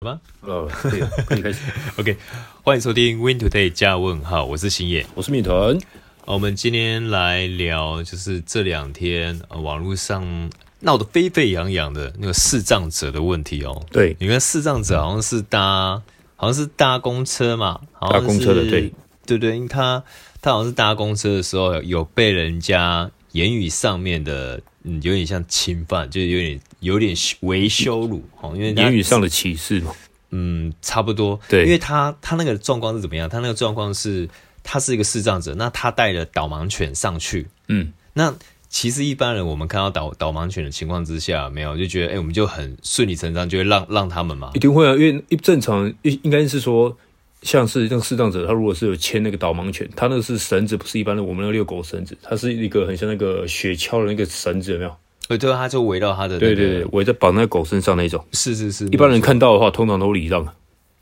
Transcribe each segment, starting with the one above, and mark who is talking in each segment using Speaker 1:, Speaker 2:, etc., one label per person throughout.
Speaker 1: 吗
Speaker 2: 呃，可以 了，可以开始。
Speaker 1: ？OK，欢迎收听 Win Today 加问号，我是星野。
Speaker 2: 我是米团，
Speaker 1: 啊我们今天来聊，就是这两天、呃、网络上闹得沸沸扬扬的那个视障者的问题哦。
Speaker 2: 对
Speaker 1: 你看视障者好像是搭，好像是搭公车嘛，好
Speaker 2: 搭
Speaker 1: 像是
Speaker 2: 公车的对
Speaker 1: 对对，因为他他好像是搭公车的时候有有被人家言语上面的，嗯，有点像侵犯，就是有点有点微羞辱哦，因为他
Speaker 2: 言语上的歧视嘛，
Speaker 1: 嗯，差不多。
Speaker 2: 对
Speaker 1: 因为他他那个状况是怎么样？他那个状况是，他是一个视障者，那他带了导盲犬上去。
Speaker 2: 嗯，
Speaker 1: 那其实一般人我们看到导导盲犬的情况之下，没有就觉得，哎、我们就很顺理成章，就会让让他们嘛
Speaker 2: 一。定会啊，因为一正常应应该是说，像是像视障者，他如果是有牵那个导盲犬，他那个是绳子，不是一般的我们那个遛狗绳子，它是一个很像那个雪橇的那个绳子，有没有？
Speaker 1: 呃，对，他就围绕他的、那
Speaker 2: 对
Speaker 1: 个。
Speaker 2: 对对，，我在绑在狗身上那种，
Speaker 1: 是是是。
Speaker 2: 一般人
Speaker 1: 没错
Speaker 2: 看到的话，通常都礼让。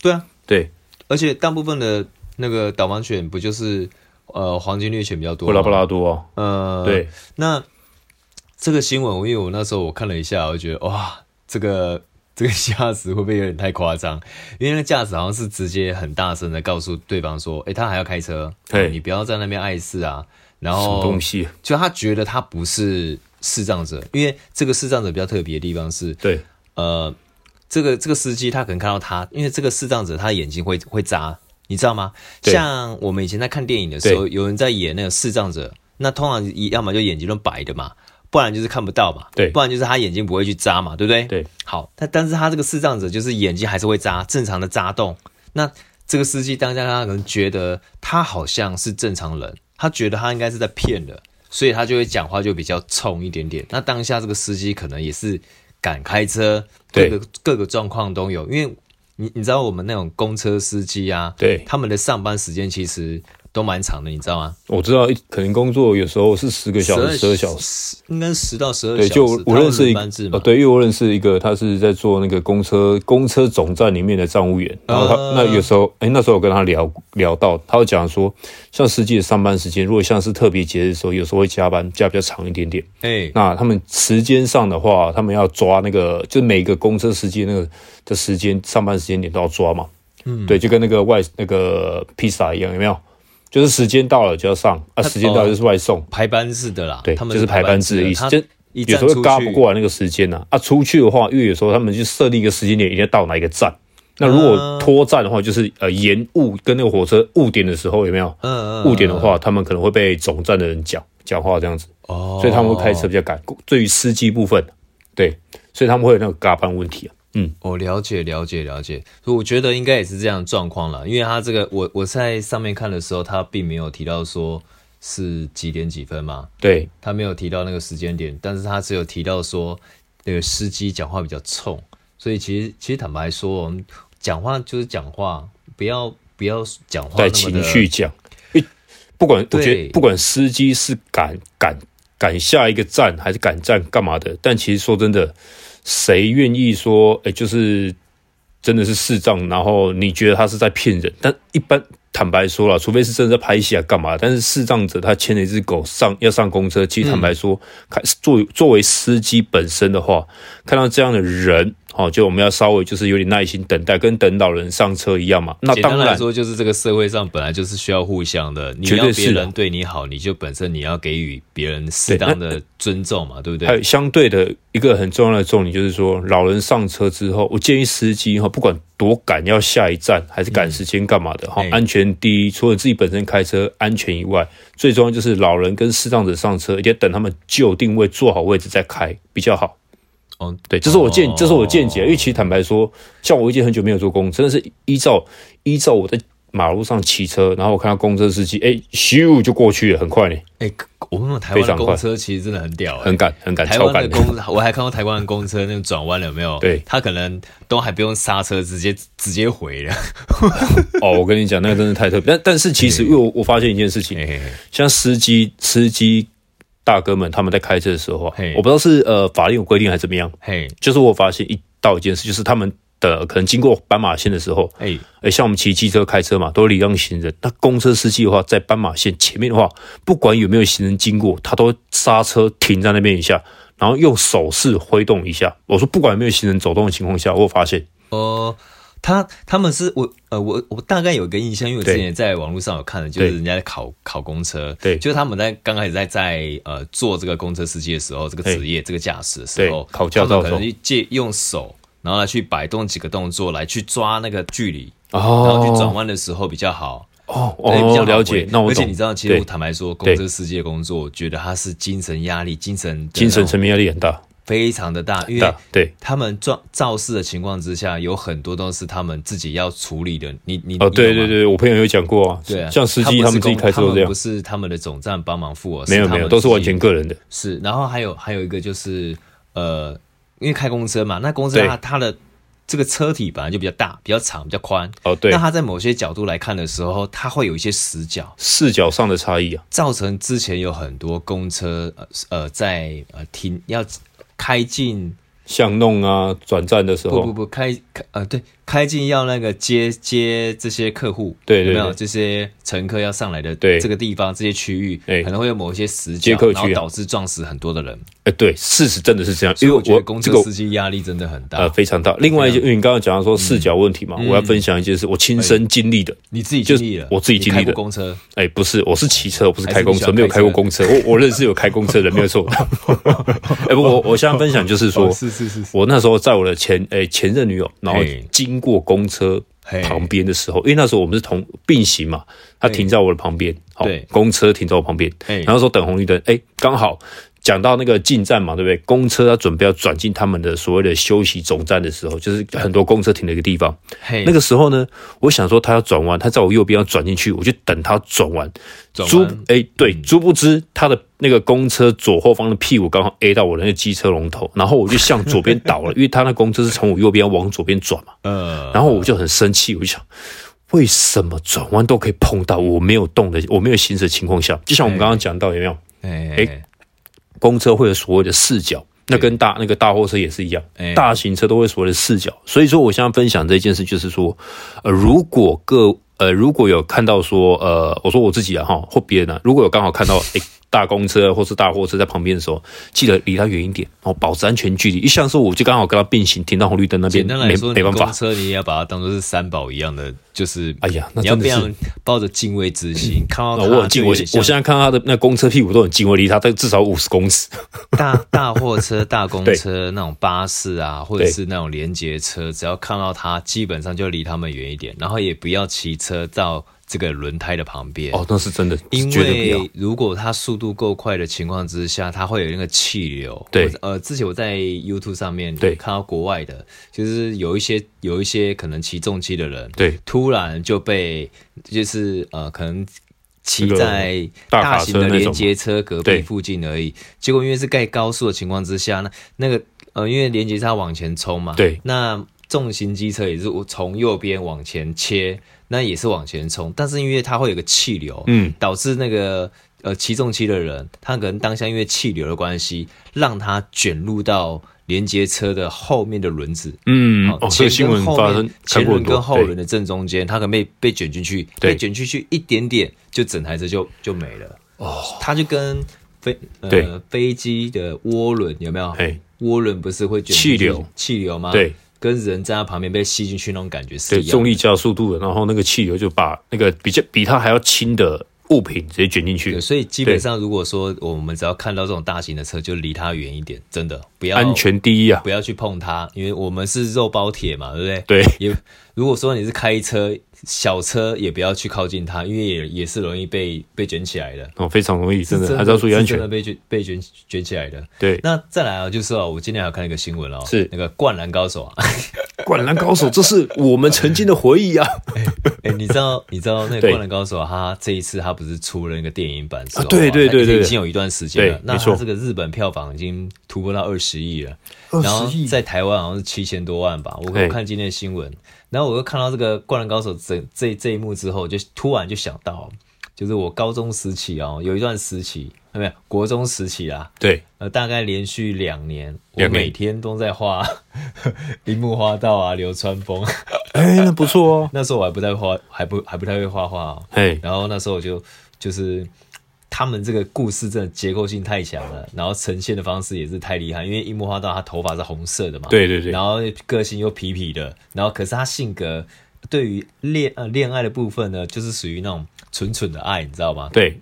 Speaker 1: 对啊，
Speaker 2: 对，
Speaker 1: 而且大部分的那个导盲犬不就是呃黄金猎犬比较多
Speaker 2: 布
Speaker 1: 吗？
Speaker 2: 拉布拉多啊，
Speaker 1: 呃，
Speaker 2: 对，
Speaker 1: 那这个新闻，因为我那时候我看了一下，我就觉得哇，这个这个驾驶会不会有点太夸张？因为那个驾驶好像是直接很大声的告诉对方说：“诶，他还要开车，哦
Speaker 2: 嘿
Speaker 1: 你不要在那边碍事啊。”然
Speaker 2: 什么
Speaker 1: 后
Speaker 2: 东西啊？
Speaker 1: 就他觉得他不是视障者，因为这个视障者比较特别的地方是，
Speaker 2: 对，
Speaker 1: 呃，这个这个司机他可能看到他，因为这个视障者他的眼睛会会眨，你知道吗？
Speaker 2: 对
Speaker 1: 像我们以前在看电影的时候，有人在演那个视障者，那通常一要么就眼睛都白的嘛，不然就是看不到嘛，
Speaker 2: 对
Speaker 1: 不然就是他眼睛不会去眨嘛，对不对？
Speaker 2: 对，
Speaker 1: 好，但但是他这个视障者就是眼睛还是会眨，正常的眨动。那这个司机当下他可能觉得他好像是正常人，他觉得他应该是在骗人，所以他就会讲话就比较冲一点点。那当下这个司机可能也是敢开车，各
Speaker 2: 对
Speaker 1: 个各个状况都有，因为你你知道我们那种公车司机啊，
Speaker 2: 对
Speaker 1: 他们的上班时间其实都蛮长的，你知道吗？
Speaker 2: 我知道，一可能工作有时候是十个小时、十二小时。
Speaker 1: 时，应该十到十二小
Speaker 2: 对，
Speaker 1: 时。
Speaker 2: 就我认识一
Speaker 1: 一
Speaker 2: 个
Speaker 1: 班制
Speaker 2: 哦，
Speaker 1: 嘛，
Speaker 2: 对，因为我认识一个，他是在做那个公车公车总站里面的站务员，然后他、
Speaker 1: 呃
Speaker 2: 那有时候，哎、那时候我跟他聊聊到，他会讲说，像实际的上班时间，如果像是特别节日的时候，有时候会加班，加比较长一点点。
Speaker 1: 哎，
Speaker 2: 那他们时间上的话，他们要抓那个，就每个公车司机那个的时间上班时间点都要抓嘛。嗯，对，就跟那个外那个披萨一样，有没有？就是时间到了就要上啊，
Speaker 1: 他
Speaker 2: 时间到了就是外送。
Speaker 1: 排班制的啦，
Speaker 2: 对，
Speaker 1: 他们
Speaker 2: 就是排班制
Speaker 1: 制
Speaker 2: 的意
Speaker 1: 他
Speaker 2: 思，就
Speaker 1: 一
Speaker 2: 有
Speaker 1: 站
Speaker 2: 时候
Speaker 1: 出
Speaker 2: 会嘎不
Speaker 1: 去
Speaker 2: 过来那个时间呐、啊。出去的话，因为有时候他们就设定一个时间点，一定要到哪一个站。那如
Speaker 1: 啊
Speaker 2: 果脱站的话，就是呃延误跟那个火车误点的时候有没有？
Speaker 1: 嗯嗯
Speaker 2: 误点的话，他们可能会被总站的人讲讲话这样子，
Speaker 1: 哦，
Speaker 2: 所以他们会开车比较赶。对于司机部分，对，所以他们会有那个嘎班问题啊。嗯，
Speaker 1: 我、哦了解了解了解，所以我觉得应该也是这样的状况了，因为他这个我我在上面看的时候，他并没有提到说是几点几分嘛，
Speaker 2: 对
Speaker 1: 他没有提到那个时间点，但是他只有提到说那个司机讲话比较冲，所以其实其实坦白说，我们讲话就是讲话，不要不要讲话
Speaker 2: 带
Speaker 1: 那么的
Speaker 2: 情绪讲，因为不管我
Speaker 1: 对
Speaker 2: 觉得不管司机是赶赶赶下一个站还是赶站干嘛的，但其实说真的，谁愿意说，哎、就是真的是视障，然后你觉得他是在骗人，但一般。坦白说了，除非是真的在拍戏啊，干嘛？但是视障者他牵了一只狗上要上公车，其实坦
Speaker 1: 嗯
Speaker 2: 白说，看作作为司机本身的话，看到这样的人，哦，就我们要稍微就是有点耐心等待，跟等老人上车一样嘛。那
Speaker 1: 简
Speaker 2: 当
Speaker 1: 单来
Speaker 2: 然，
Speaker 1: 说，就是这个社会上本来就是需要互相的，你
Speaker 2: 绝
Speaker 1: 要
Speaker 2: 对
Speaker 1: 别
Speaker 2: 是
Speaker 1: 人
Speaker 2: 啊
Speaker 1: 对你好，你就本身你要给予别人适当的尊重嘛，对不
Speaker 2: 还
Speaker 1: 对？
Speaker 2: 有相对的一个很重要的重点就是说，老人上车之后，我建议司机哈，不管多赶要下一站还是赶时间干嘛的哈，
Speaker 1: 哎
Speaker 2: 安全第一。除了自己本身开车安全以外，最重要就是老人跟视障者上车，一定要等他们就定位坐好位置再开比较好。
Speaker 1: 哦，
Speaker 2: 对，这是我见，
Speaker 1: 哦
Speaker 2: 这是我见解。因为其实坦白说，像我已经很久没有坐公车，真的是依照依照我在马路上骑车，然后我看到公车司机，哎、咻就过去了，很快呢，
Speaker 1: 哎、我们台湾
Speaker 2: 非
Speaker 1: 的
Speaker 2: 常快
Speaker 1: 公车其实真的很屌、哎
Speaker 2: 很赶，很赶，
Speaker 1: 台
Speaker 2: 超
Speaker 1: 湾
Speaker 2: 赶
Speaker 1: 的
Speaker 2: 的。
Speaker 1: 公，我还看过台湾的公车那种转弯了有没有？
Speaker 2: 对
Speaker 1: 他可能都还不用刹车，直接直接回了。
Speaker 2: 哦，我跟你讲，那个真的太特别。但但是其实，因为我我发现一件事情，
Speaker 1: 嘿嘿嘿
Speaker 2: 像司机司机大哥们他们在开车的时候啊
Speaker 1: 嘿，
Speaker 2: 我不知道是呃法令有规定还是怎么样，
Speaker 1: 嘿，
Speaker 2: 就是我发现一到一件事，就是他们的可能经过斑马线的时候，
Speaker 1: 哎、
Speaker 2: 哎，像我们骑机车开车嘛，都礼让行人。那公车司机的话，在斑马线前面的话，不管有没有行人经过，他都刹车停在那边一下，然后用手势挥动一下。我说不管有没有行人走动的情况下，我有发现
Speaker 1: 哦、他他们是我呃我我大概有一个印象，因为我之
Speaker 2: 对
Speaker 1: 前也在网络上有看的，就是
Speaker 2: 对
Speaker 1: 人家在考考公车，
Speaker 2: 对
Speaker 1: 就是他们在刚开始在在呃做这个公车司机的时候，这个职业这个驾驶的时
Speaker 2: 对
Speaker 1: 候，
Speaker 2: 考驾照
Speaker 1: 他
Speaker 2: 的
Speaker 1: 们
Speaker 2: 时候
Speaker 1: 可能去借用手，然后来去摆动几个动作来去抓那个距离，然后去转
Speaker 2: 哦
Speaker 1: 弯的时候比较好。
Speaker 2: 哦
Speaker 1: 对比较好
Speaker 2: 哦，了
Speaker 1: 回
Speaker 2: 解。那我
Speaker 1: 而且
Speaker 2: 懂
Speaker 1: 你知道，其实
Speaker 2: 对
Speaker 1: 我坦白说，公
Speaker 2: 对
Speaker 1: 车司机的工作，我觉得他是精神压力、精神的
Speaker 2: 精神
Speaker 1: 那种
Speaker 2: 层面压力很大，
Speaker 1: 非常的大，因为
Speaker 2: 大对
Speaker 1: 他们肇肇事的情况之下，有很多都是他们自己要处理的。你你
Speaker 2: 哦，
Speaker 1: 你
Speaker 2: 对对。
Speaker 1: 懂吗
Speaker 2: 对，我朋友有讲过啊，
Speaker 1: 对啊，
Speaker 2: 像司机
Speaker 1: 他
Speaker 2: 他
Speaker 1: 不是
Speaker 2: 们自己
Speaker 1: 公
Speaker 2: 开车都
Speaker 1: 他
Speaker 2: 这
Speaker 1: 们
Speaker 2: 样
Speaker 1: 不，是他们的总站帮忙付额，
Speaker 2: 没有
Speaker 1: 他们
Speaker 2: 没有，都是
Speaker 1: 自己
Speaker 2: 完全个人的，
Speaker 1: 是。然后还有还有一个就是，呃，因为开公车嘛，那公车
Speaker 2: 对
Speaker 1: 它它的这个车体本来就比较大、比较长、比较宽，
Speaker 2: 哦对
Speaker 1: 那，它在某些角度来看的时候，它会有一些死角，
Speaker 2: 视角上的差异啊，
Speaker 1: 造成之前有很多公车呃呃在呃停要开进
Speaker 2: 巷弄啊，转站的时
Speaker 1: 不不
Speaker 2: 候，
Speaker 1: 不开开呃对开进要那个接接这些客户
Speaker 2: 对对
Speaker 1: 有没有
Speaker 2: 对
Speaker 1: 这些乘客要上来的
Speaker 2: 对
Speaker 1: 这个地方这些区域
Speaker 2: 对
Speaker 1: 可能会有某一些死角
Speaker 2: 接，客区
Speaker 1: 然
Speaker 2: 啊
Speaker 1: 后导致撞死很多的人，
Speaker 2: 哎，对，事实真的是这样，
Speaker 1: 所以
Speaker 2: 因为
Speaker 1: 我觉得
Speaker 2: 我
Speaker 1: 公
Speaker 2: 这
Speaker 1: 车
Speaker 2: 个
Speaker 1: 司机压力真的啊很大。
Speaker 2: 呃非常大。另外一件，因为你刚刚讲到说视角问题
Speaker 1: 嗯
Speaker 2: 嘛，我要分享一件事，我亲身经历的。
Speaker 1: 你自己经历
Speaker 2: 就
Speaker 1: 了
Speaker 2: 是，我自己经历的
Speaker 1: 你开过公车，
Speaker 2: 哎，不是，我是骑车，我不是
Speaker 1: 还
Speaker 2: 开
Speaker 1: 是你
Speaker 2: 公
Speaker 1: 喜
Speaker 2: 车，
Speaker 1: 欢
Speaker 2: 没有
Speaker 1: 开
Speaker 2: 开过
Speaker 1: 车
Speaker 2: 公车。我我认识有开公车的人，没有错。 哎，不过我我现在分享就是说
Speaker 1: 哦，是是是是，
Speaker 2: 我那时候在我的前诶、前任女友，然后
Speaker 1: 嘿
Speaker 2: 经过公车
Speaker 1: 嘿
Speaker 2: 旁边的时候，因为那时候我们是同并行嘛，她停在我的旁边，好
Speaker 1: 对，
Speaker 2: 公车停在我旁边，
Speaker 1: 嘿
Speaker 2: 然后说等红绿灯，哎、刚好讲到那个进站嘛，对不对？公车它准备要转进他们的所谓的休息总站的时候，就是很多公车停的一个地方。
Speaker 1: 嘿
Speaker 2: 那个时候呢，我想说他要转弯，他在我右边要转进去，我就等他转弯。
Speaker 1: 转
Speaker 2: 殊
Speaker 1: 弯嗯
Speaker 2: 哎、对，殊不知他的那个公车左后方的屁股刚好 A 到我的那个机车龙头，然后我就向左边倒了， 因为他那公车是从我右边往左边转嘛，
Speaker 1: 呃，
Speaker 2: 然后我就很生气，我就想。为什么转弯都可以碰到我没有动的、我没有行驶的情况下？就像我们刚刚讲到，有没有
Speaker 1: 哎
Speaker 2: 公车会有所谓的视角，那跟大那个大货车也是一样
Speaker 1: 哎，
Speaker 2: 大型车都会所谓的视角。所以说，我现在分享这件事，就是说，呃，如果各呃如果有看到说，呃，我说我自己啊哈或别人啊，如果有刚好看到诶大公车或是大货车在旁边的时候，记得离它远一点，然后保持安全距离。一像是我就刚好跟它并行，停到红绿灯那边，
Speaker 1: 简单来
Speaker 2: 没
Speaker 1: 说，
Speaker 2: 没
Speaker 1: 你
Speaker 2: 办
Speaker 1: 公
Speaker 2: 法。
Speaker 1: 车你也要把它当做是三宝一样的，就是
Speaker 2: 哎呀那
Speaker 1: 你要
Speaker 2: 真的
Speaker 1: 非
Speaker 2: 是
Speaker 1: 常抱着敬畏之心，看到
Speaker 2: 啊
Speaker 1: 它
Speaker 2: 我很近，
Speaker 1: 就
Speaker 2: 我
Speaker 1: 有
Speaker 2: 我
Speaker 1: 点像
Speaker 2: 现在看到他的那公车屁股都很近，我离他至少五十公尺。
Speaker 1: 大 大货车、大公车那种巴士啊，或者是那种连接车，只要看到它，基本上就离他们远一点，然后也不要骑车到这个轮胎的旁边。
Speaker 2: 哦，那是真的，
Speaker 1: 因
Speaker 2: 绝对不要
Speaker 1: 为如果它速度够快的情况之下，它会有那个气流。
Speaker 2: 对
Speaker 1: 我呃，之前我在 YouTube 上面
Speaker 2: 对
Speaker 1: 看到国外的，就是有一些有一些可能骑重机的人，
Speaker 2: 对
Speaker 1: 突然就被就是呃，可能骑
Speaker 2: 这个
Speaker 1: 在
Speaker 2: 大
Speaker 1: 大
Speaker 2: 卡
Speaker 1: 型
Speaker 2: 车
Speaker 1: 的
Speaker 2: 那种
Speaker 1: 连
Speaker 2: 吗
Speaker 1: 接车隔壁
Speaker 2: 对
Speaker 1: 附近而已。结果因为是盖高速的情况之下，那那个呃，因为连接车它往前冲嘛，
Speaker 2: 对
Speaker 1: 那重型机车也是从右边往前切，那也是往前冲，但是因为它会有个气流，
Speaker 2: 嗯，
Speaker 1: 导致那个呃骑重机的人，他可能当下因为气流的关系，让他卷入到连接车的后面的轮子。
Speaker 2: 嗯，
Speaker 1: 好
Speaker 2: 哦，
Speaker 1: 前
Speaker 2: 这个新
Speaker 1: 跟
Speaker 2: 闻
Speaker 1: 后
Speaker 2: 发
Speaker 1: 面
Speaker 2: 生
Speaker 1: 前
Speaker 2: 看过
Speaker 1: 轮
Speaker 2: 很多
Speaker 1: 跟后
Speaker 2: 对
Speaker 1: 轮的正中间，他可能被被卷进去，
Speaker 2: 对
Speaker 1: 被卷进去一点点，就整台车就就没了。哦，他就跟飞
Speaker 2: 对
Speaker 1: 呃飞机的涡轮有没有？
Speaker 2: 嘿
Speaker 1: 涡轮不是会卷
Speaker 2: 气
Speaker 1: 进去
Speaker 2: 流
Speaker 1: 气流吗？
Speaker 2: 对，
Speaker 1: 跟人站在旁边被吸进去那种感觉是
Speaker 2: 对
Speaker 1: 一样的。
Speaker 2: 重力加速度的，然后那个气流就把那个比较比它还要轻的物品直接卷进去
Speaker 1: 对，，所以基本上如果说我们只要看到这种大型的车，就离它远一点，真的不要
Speaker 2: 安，全第一啊！
Speaker 1: 不要去碰它，因为我们是肉包铁嘛，对不对？
Speaker 2: 对，
Speaker 1: 也如果说你是开车，小车也不要去靠近它，因为也也是容易被被卷起来的。
Speaker 2: 哦，非常容易，真的还是要
Speaker 1: 要
Speaker 2: 注意安全
Speaker 1: 真的。被卷被卷卷起来的。
Speaker 2: 对，
Speaker 1: 那再来啊，就是哦，我今天还有看一个新闻哦，
Speaker 2: 是
Speaker 1: 那个《灌篮高手》啊，
Speaker 2: 灌篮高手，这是我们曾经的回忆啊！
Speaker 1: 哎、你知道你知道那个《
Speaker 2: 对
Speaker 1: 灌篮高手》他这一次他不是出了那个电影版之后、
Speaker 2: 啊对对对
Speaker 1: 它已经
Speaker 2: 对
Speaker 1: 已经有一段时间了
Speaker 2: 对。
Speaker 1: 那
Speaker 2: 没
Speaker 1: 他
Speaker 2: 错
Speaker 1: 这个日本票房已经突破到二十亿了，然后在台湾好像是七千多万吧。我
Speaker 2: 对
Speaker 1: 我看今天的新闻，然后我又看到这个《灌篮高手这》这这一幕之后，我就突然就想到，就是我高中时期哦，有一段时期，啊没有国中时期啊，
Speaker 2: 对，
Speaker 1: 呃，大概连续两年，我
Speaker 2: 两年
Speaker 1: 每天都在画 樱木花道啊、流川枫。
Speaker 2: 哎，那不错哦。
Speaker 1: 那时候我还不太画，还不还不太会画画、哦。
Speaker 2: 哎，
Speaker 1: 然后那时候我就就是他们这个故事真的结构性太强了，然后呈现的方式也是太厉害。因为樱木花道他头发是红色的嘛，
Speaker 2: 对对对
Speaker 1: 然后个性又痞痞的，然后可是他性格对于恋呃恋爱的部分呢，就是属于那种蠢蠢的爱，你知道吗？
Speaker 2: 对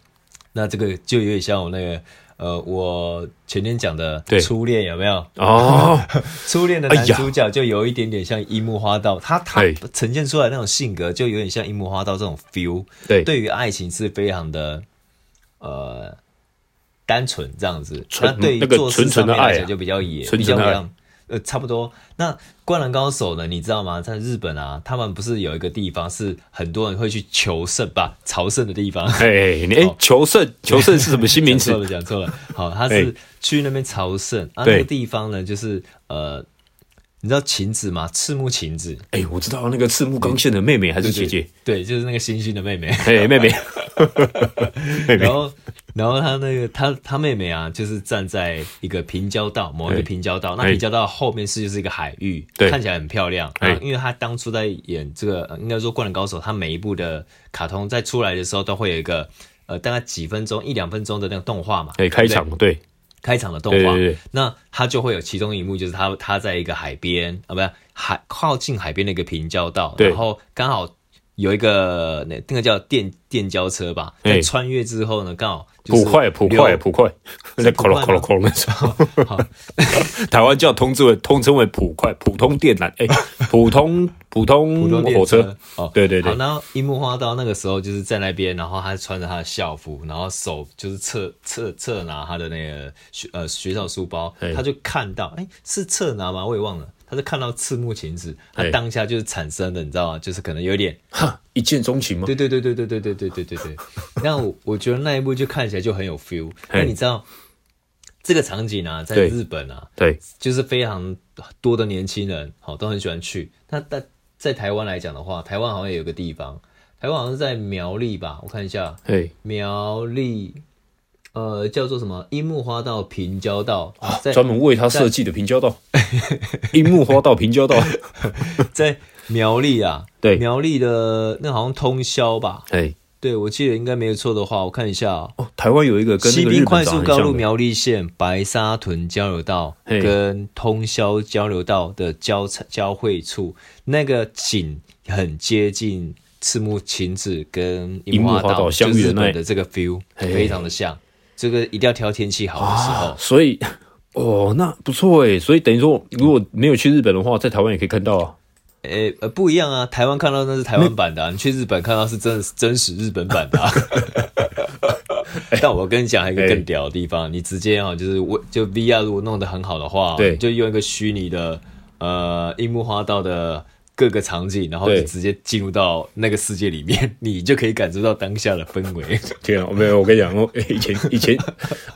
Speaker 1: 那这个就有点像我那个呃，我前天讲的
Speaker 2: 对
Speaker 1: 初恋有没有？
Speaker 2: 哦，
Speaker 1: 初恋的
Speaker 2: 哎
Speaker 1: 男
Speaker 2: 呀
Speaker 1: 主角就有一点点像樱木花道，他他
Speaker 2: 哎
Speaker 1: 呈现出来那种性格就有点像樱木花道这种 feel，
Speaker 2: 对
Speaker 1: 对于爱情是非常的呃单纯这样子，
Speaker 2: 纯
Speaker 1: 那对于
Speaker 2: 那个
Speaker 1: 做事
Speaker 2: 纯纯的
Speaker 1: 上面来
Speaker 2: 爱啊
Speaker 1: 讲就比较野，
Speaker 2: 纯
Speaker 1: 比
Speaker 2: 纯
Speaker 1: 较
Speaker 2: 的爱
Speaker 1: 像呃差不多。那《灌篮高手》呢，你知道吗？在日本啊，他们不是有一个地方是很多人会去求圣吧，朝圣的地方。
Speaker 2: 哎，你哎，求 胜，求胜是什么新名
Speaker 1: 讲错
Speaker 2: 词？
Speaker 1: 了，讲错了。好，他
Speaker 2: 哎
Speaker 1: 是去那边朝圣啊，
Speaker 2: 对
Speaker 1: 那个地方呢，就是呃，你知道晴子吗？赤木晴子，
Speaker 2: 哎，我知道那个赤木刚宪的妹妹还是姐姐？
Speaker 1: 对，就是那个星星的妹妹。
Speaker 2: 哎，妹妹，妹妹
Speaker 1: 然，后，然后他那个他他妹妹啊，就是站在一个平交道某一
Speaker 2: 哎
Speaker 1: 个平交道，那
Speaker 2: 哎
Speaker 1: 平交道后面是就是一个海域，
Speaker 2: 对
Speaker 1: 看起来很漂亮。
Speaker 2: 哎
Speaker 1: 啊因为他当初在演这个，呃应该说《灌篮高手》，他每一部的卡通在出来的时候都会有一个呃，大概几分钟一两分钟的那个动画嘛，
Speaker 2: 哎，开场对，
Speaker 1: 开场的动
Speaker 2: 对
Speaker 1: 画，
Speaker 2: 对对
Speaker 1: 那它就会有其中一幕，就是他他在一个海边啊，不是海靠近海边的一个平交道，
Speaker 2: 对
Speaker 1: 然后刚好有一个那那个叫电电交车吧，
Speaker 2: 哎
Speaker 1: 在穿越之后呢，刚好就是
Speaker 2: 普快普快普快，那
Speaker 1: 普
Speaker 2: 咯咯咯
Speaker 1: 快
Speaker 2: 咯
Speaker 1: 吗
Speaker 2: 咯那种， 台湾叫通称为通称为普快，普通电缆，哎， 普通普
Speaker 1: 普通
Speaker 2: 通
Speaker 1: 电
Speaker 2: 火
Speaker 1: 车
Speaker 2: 车，
Speaker 1: 哦，
Speaker 2: 对对对
Speaker 1: 好，然后樱木花道那个时候就是在那边，然后他穿着他的校服，然后手就是侧侧侧拿他的那个学呃学校书包
Speaker 2: 嘿，
Speaker 1: 他就看到，哎、是侧拿吗？我也忘了，他就看到赤木晴子，他
Speaker 2: 嘿
Speaker 1: 当下就是产生的，你知道吗？就是可能有点，
Speaker 2: 哈，一见钟情吗？
Speaker 1: 对对对对对对对对对对 对。那我我觉得那一部就看起来就很有 feel。
Speaker 2: 嘿
Speaker 1: 那你知道这个场景啊，在
Speaker 2: 对
Speaker 1: 日本啊，
Speaker 2: 对，
Speaker 1: 就是非常多的年轻人，好都很喜欢去。那但在台湾来讲的话，台湾好像也有个地方，台湾好像是在苗栗吧？我看一下，
Speaker 2: 哎，
Speaker 1: 苗栗，呃，叫做什么樱木花道平交道，啊在
Speaker 2: 哦专门为他设计的平交道，樱木花道平交道，
Speaker 1: 在苗栗啊，
Speaker 2: 对
Speaker 1: 苗栗的那好像通宵吧？
Speaker 2: 哎，
Speaker 1: 对，我记得应该没有错的话，我看一下、哦。
Speaker 2: 哦，台湾有一个跟那
Speaker 1: 西
Speaker 2: 个日
Speaker 1: 滨
Speaker 2: 本
Speaker 1: 快
Speaker 2: 长
Speaker 1: 速
Speaker 2: 很
Speaker 1: 高路
Speaker 2: 像的，
Speaker 1: 苗栗县白沙屯交流道
Speaker 2: 嘿
Speaker 1: 跟通宵交流道的交叉交汇处，那个景很接近赤木晴子跟樱木
Speaker 2: 樱木花道
Speaker 1: 道
Speaker 2: 相
Speaker 1: 就
Speaker 2: 遇的
Speaker 1: 日
Speaker 2: 那一
Speaker 1: 本的这个 feel
Speaker 2: 嘿
Speaker 1: 非常的像。这个一定要挑天气好的时候，
Speaker 2: 啊所以 哦，那不错哎，所以等于说，如果没有去日本的话，在台湾也可以看到啊。
Speaker 1: 诶、呃，不一样啊！台湾看到那是台湾版的、啊，你去日本看到是真的是真实日本版 的、啊。但我跟你讲一个更屌的地方，你直接啊，就是我就 VR 如果弄得很好的话，
Speaker 2: 对
Speaker 1: 就用一个虚拟的呃樱木花道的各个场景，然后
Speaker 2: 对
Speaker 1: 就直接进入到那个世界里面， 你就可以感受到当下的氛围。
Speaker 2: 天啊，没有，我跟你讲， 我以前以前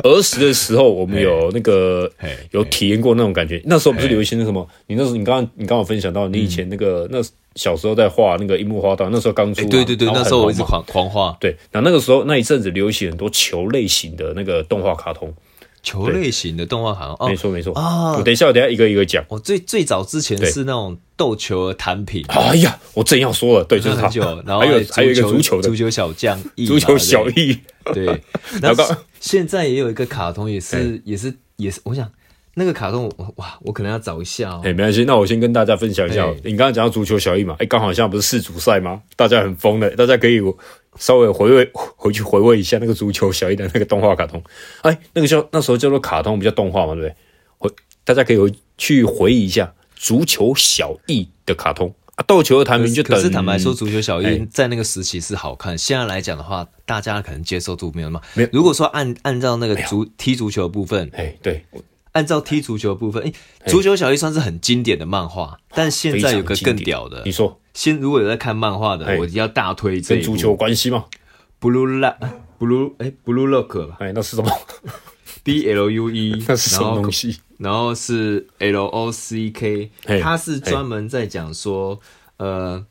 Speaker 2: 儿时的时候，我们有那个
Speaker 1: 嘿
Speaker 2: 有体验过那种感觉。那时候不是流行那什么？你那时候你刚刚你刚好分享到你以前那个那小时候在画那个樱木花道，那时候刚出嘛，
Speaker 1: 对对对，
Speaker 2: 然后
Speaker 1: 那
Speaker 2: 很
Speaker 1: 时候我
Speaker 2: 红
Speaker 1: 一直
Speaker 2: 嘛
Speaker 1: 狂狂画
Speaker 2: 对，那那个时候那一阵子流行很多球类型的那个动画卡通，
Speaker 1: 球类型的动画行哦
Speaker 2: 没，错没错
Speaker 1: 啊
Speaker 2: 我等一下，我等一下一个一个讲。
Speaker 1: 我最最早之前
Speaker 2: 对
Speaker 1: 是那种斗球的弹品。
Speaker 2: 哎呀，我正要说了，对，就是他
Speaker 1: 很久，然后
Speaker 2: 还有
Speaker 1: 足
Speaker 2: 还有一个
Speaker 1: 球
Speaker 2: 足球的
Speaker 1: 足球小 将，翼
Speaker 2: 足
Speaker 1: 嘛
Speaker 2: 球小翼，
Speaker 1: 对。对
Speaker 2: 然
Speaker 1: 那
Speaker 2: 后刚
Speaker 1: 现在也有一个卡通，也
Speaker 2: 哎
Speaker 1: 是也是也是，我想那个卡通，我哇，我可能要找一下哦
Speaker 2: 哎、。没关系，那我先跟大家分享一下
Speaker 1: 哎，
Speaker 2: 你刚刚讲到足球小翼嘛，哎、刚好现在不是世足赛吗？大家很疯的，大家可以稍微回味回去回味一下那个足球小翼的那个动画卡通，哎、那个叫那时候叫做卡通，不叫动画嘛，对不对？回大家可以回去回忆一下足球小翼的卡通啊，斗球的排名就等
Speaker 1: 可是坦白说，足球小
Speaker 2: 哎
Speaker 1: 鹰在那个时期是好看，现在来讲的话，大家可能接受度没有那么
Speaker 2: 没有。
Speaker 1: 如果说按按照那个足踢足球的部分，
Speaker 2: 哎、对，
Speaker 1: 按照踢足球的部分，哎，足球小鹰算是很经典的漫画，但现在有个
Speaker 2: 非常经典
Speaker 1: 更屌的
Speaker 2: 你。说
Speaker 1: 先，如果有在看漫画
Speaker 2: 哎
Speaker 1: 的，我要大推这
Speaker 2: 跟
Speaker 1: 一
Speaker 2: 足
Speaker 1: 部
Speaker 2: 球有关系吗？
Speaker 1: Blue La Blue 哎 Blue Lock 吧，
Speaker 2: 哎、那是什么？
Speaker 1: B L U E，
Speaker 2: 那是什么
Speaker 1: 然后
Speaker 2: 东西？
Speaker 1: 然后是 L O C K，
Speaker 2: 嘿
Speaker 1: 它是专门在讲说，呃，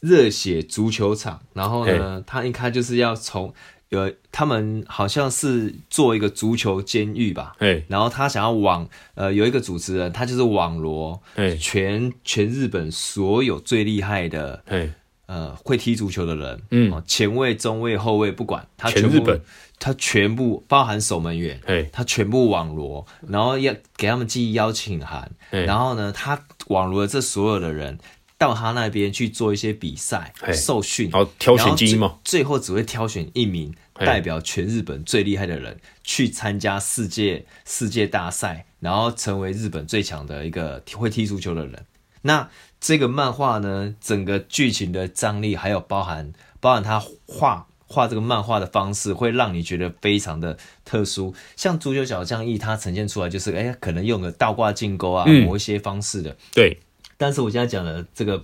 Speaker 1: 热血足球场。然后呢，它应该就是要从呃，他们好像是做一个足球监狱吧。
Speaker 2: 哎、
Speaker 1: 然后他想要网呃有一个主持人，他就是网罗
Speaker 2: 哎
Speaker 1: 全全日本所有最厉害的
Speaker 2: 哎、
Speaker 1: 呃会踢足球的人，
Speaker 2: 嗯
Speaker 1: 哦，前卫、中卫、后卫不管，他
Speaker 2: 全
Speaker 1: 全部
Speaker 2: 日本
Speaker 1: 他全部包含守门员，
Speaker 2: 哎
Speaker 1: 他全部网罗，然后要给他们寄邀请函，
Speaker 2: 哎
Speaker 1: 然后呢，他网罗了这所有的人到他那边去做一些比赛、
Speaker 2: 嘿
Speaker 1: 受训，
Speaker 2: 然后挑选精英嘛
Speaker 1: 然后最最后只会挑选一名
Speaker 2: 嘿
Speaker 1: 代表全日本最厉害的人去参加世界世界大赛，然后成为日本最强的一个会踢足球的人。那这个漫画呢，整个剧情的张力，还有包含包含他画画这个漫画的方式，会让你觉得非常的特殊。像足球小将一，它呈现出来就是，哎、可能用个倒挂进钩啊，
Speaker 2: 嗯
Speaker 1: 某一些方式的。
Speaker 2: 对，
Speaker 1: 但是我现在讲的这个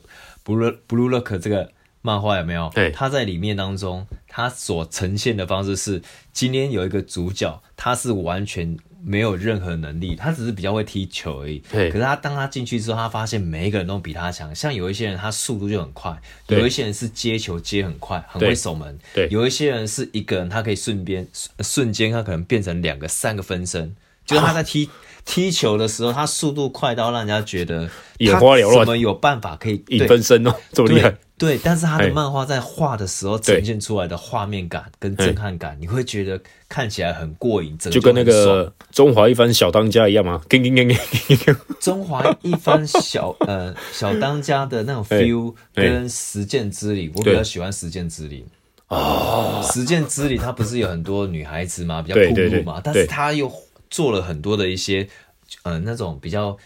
Speaker 1: Blue Blue Lock 这个漫画有没有？
Speaker 2: 对
Speaker 1: 它在里面当中，它所呈现的方式是，今天有一个主角，他是完全没有任何能力，他只是比较会踢球而已。
Speaker 2: 对
Speaker 1: 可是他当他进去之后，他发现每一个人都比他强，像有一些人他速度就很快，
Speaker 2: 对
Speaker 1: 有一些人是接球接很快，很
Speaker 2: 对
Speaker 1: 会守门，
Speaker 2: 对
Speaker 1: 有一些人是一个人他可以瞬间瞬间他可能变成两个三个分身。就是他在踢、踢球的时候，他速度快到让人家觉得
Speaker 2: 眼花缭乱
Speaker 1: 我们有办法可以
Speaker 2: 影
Speaker 1: 对
Speaker 2: 分身哦，这么厉害
Speaker 1: 对，对，但是他的
Speaker 2: 嘿
Speaker 1: 漫画在画的时候
Speaker 2: 对哎
Speaker 1: 呈现出来的画面感跟震撼感，你会觉得看起来很过瘾，整
Speaker 2: 就跟那
Speaker 1: 很爽
Speaker 2: 个中华一番小当家一样嘛，叮叮叮叮叮叮，
Speaker 1: 中华一番 小呃小当家的那种 feel
Speaker 2: 嘿
Speaker 1: 跟实践之旅，我比
Speaker 2: 对
Speaker 1: 较喜欢实践之旅。哦，实践之旅它不是有很多女孩子嘛，比较
Speaker 2: 对
Speaker 1: 酷
Speaker 2: 对对
Speaker 1: 酷嘛，但是
Speaker 2: 对
Speaker 1: 它又做了很多的一些呃那种比较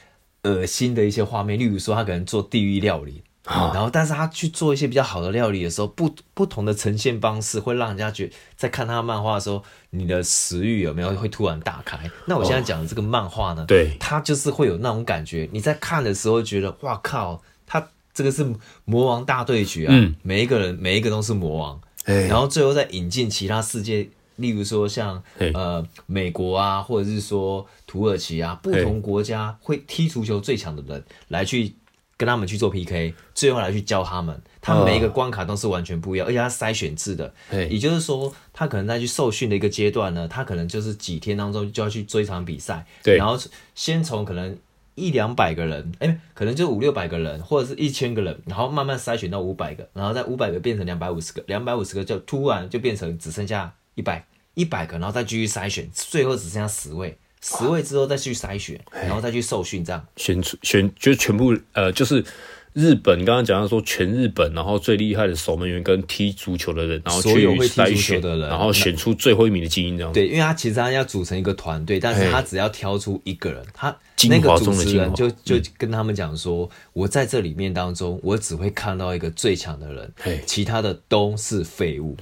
Speaker 1: 恶心的一些画面，例如说他可能做地狱料理。
Speaker 2: 啊
Speaker 1: 然后，但是他去做一些比较好的料理的时候，不不同的呈现方式，会让人家觉在看他的漫画的时候，你的食欲有没有会突然打开？那我现在
Speaker 2: 哦
Speaker 1: 讲的这个漫画呢，
Speaker 2: 对
Speaker 1: 它就是会有那种感觉。你在看的时候觉得，哇靠，他这个是魔王大对决啊！
Speaker 2: 嗯
Speaker 1: 每一个人每一个都是魔王，
Speaker 2: 哎
Speaker 1: 然后最后再引进其他世界，例如说像
Speaker 2: 嘿
Speaker 1: 呃美国啊，或者是说土耳其啊，不同国家会踢足球最强的人来去跟他们去做 PK，最后来去教他们。他们每一个关卡都是完全不一样，而且它是筛选制的，
Speaker 2: 嘿
Speaker 1: 也就是说，他可能在去受训的一个阶段呢，他可能就是几天当中就要去追一场比赛，
Speaker 2: 对
Speaker 1: 然后先从可能一两百个人，哎、可能就五六百个人或者是一千个人，然后慢慢筛选到五百个，然后再五百个变成两百五十个，两百五十个就突然就变成只剩下一百一百个，然后再继续筛选，最后只剩下十位，十位之后再去筛选，然后再去受训这样。
Speaker 2: 选出选就是全部呃，就是日本刚刚讲到说全日本，然后最厉害的守门员跟踢足球的人，然后
Speaker 1: 所
Speaker 2: 去
Speaker 1: 有会踢
Speaker 2: 筛
Speaker 1: 足球
Speaker 2: 选
Speaker 1: 的人
Speaker 2: 然后选出最后一名的精英这样。
Speaker 1: 对，因为他其实他要组成一个团队，但是
Speaker 2: 嘿
Speaker 1: 他只要挑出一个人，他
Speaker 2: 精
Speaker 1: 那个
Speaker 2: 华
Speaker 1: 主
Speaker 2: 中的
Speaker 1: 持
Speaker 2: 精
Speaker 1: 人
Speaker 2: 华嗯
Speaker 1: 就就跟他们讲说，我在这里面当中，我只会看到一个最强的人
Speaker 2: 嘿，
Speaker 1: 其他的都是废物。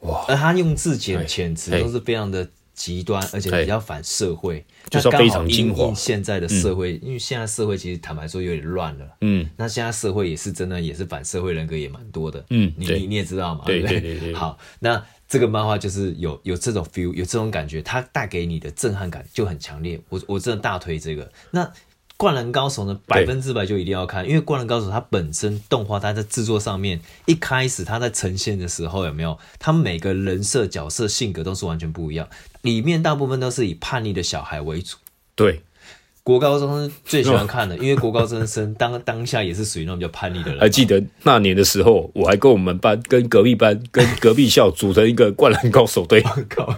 Speaker 1: 哇！而他用字遣
Speaker 2: 嘿
Speaker 1: 遣词
Speaker 2: 嘿
Speaker 1: 都是非常的极端，而且
Speaker 2: 嘿
Speaker 1: 比较反社会，
Speaker 2: 就是要
Speaker 1: 那刚
Speaker 2: 非
Speaker 1: 好
Speaker 2: 常精
Speaker 1: 因
Speaker 2: 华
Speaker 1: 应现在的社会，因为现在社会其实坦白说有点乱了。
Speaker 2: 嗯，
Speaker 1: 那现在社会也是真的，也是反社会人格也蛮多的。
Speaker 2: 嗯
Speaker 1: 你
Speaker 2: 对
Speaker 1: 你你也知道嘛，
Speaker 2: 对
Speaker 1: 不对
Speaker 2: 对对对
Speaker 1: 好，那这个漫画就是有有这种 feel，有这种感觉，它带给你的震撼感就很强烈。我我真的大推这个。那《灌篮高手》呢，百
Speaker 2: 对
Speaker 1: 分之百就一定要看，因为《灌篮高手》它本身动画，它在制作上面一开始它在呈现的时候，有没有？它每个人设、角色、性格都是完全不一样，里面大部分都是以叛逆的小孩为主。
Speaker 2: 对，
Speaker 1: 国高中生最喜欢看 的，因为国高中生当当下也是属于那种比较叛逆的人嘛
Speaker 2: 还，记得那年的时候，我还跟我们班、跟隔壁班、跟隔壁校组成一个灌篮高手队。
Speaker 1: 靠，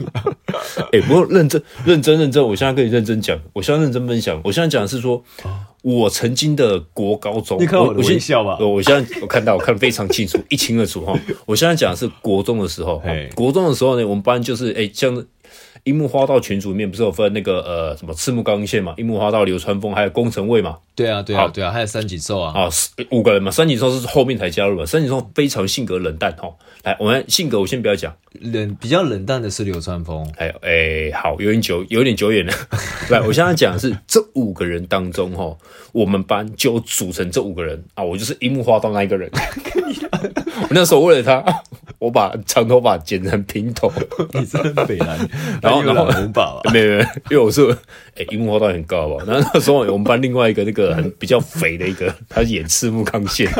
Speaker 2: 哎、不过认真、认真、认真，我现在跟你认真讲，我现在认真分享，我现在讲的是说，我曾经的国高中，
Speaker 1: 啊你看我的
Speaker 2: 现
Speaker 1: 微笑吧
Speaker 2: 我我现在我看到，我看得非常清楚，一清 二楚哈。我现在讲的是国中的时候
Speaker 1: 嘿，
Speaker 2: 国中的时候呢，我们班就是哎、像。樱木花道群组里面不是有分那个呃什么赤木刚宪嘛，樱木花道、流川枫还有宫城卫嘛，
Speaker 1: 对啊，对啊，对啊，还有三井寿啊，
Speaker 2: 啊，四五个人嘛，三井寿是后面才加入的，三井寿非常性格冷淡哈。来，我们性格我先不要讲，
Speaker 1: 冷比较冷淡的是流川枫，
Speaker 2: 还有哎，好，有点久，有点久远了。 来，我现在讲的是这五个人当中哈，我们班就 组成这五个人啊，我就是樱木花道那一个人。我那时候为了他， 我把长头发剪成平头，
Speaker 1: 你真的很北 南，
Speaker 2: 然后然后
Speaker 1: 红吧，
Speaker 2: 没有没有，因为我是哎樱木花道很高吧，然后那时 候我们班另外一个那个很比较肥的一个， 他演赤木康宪，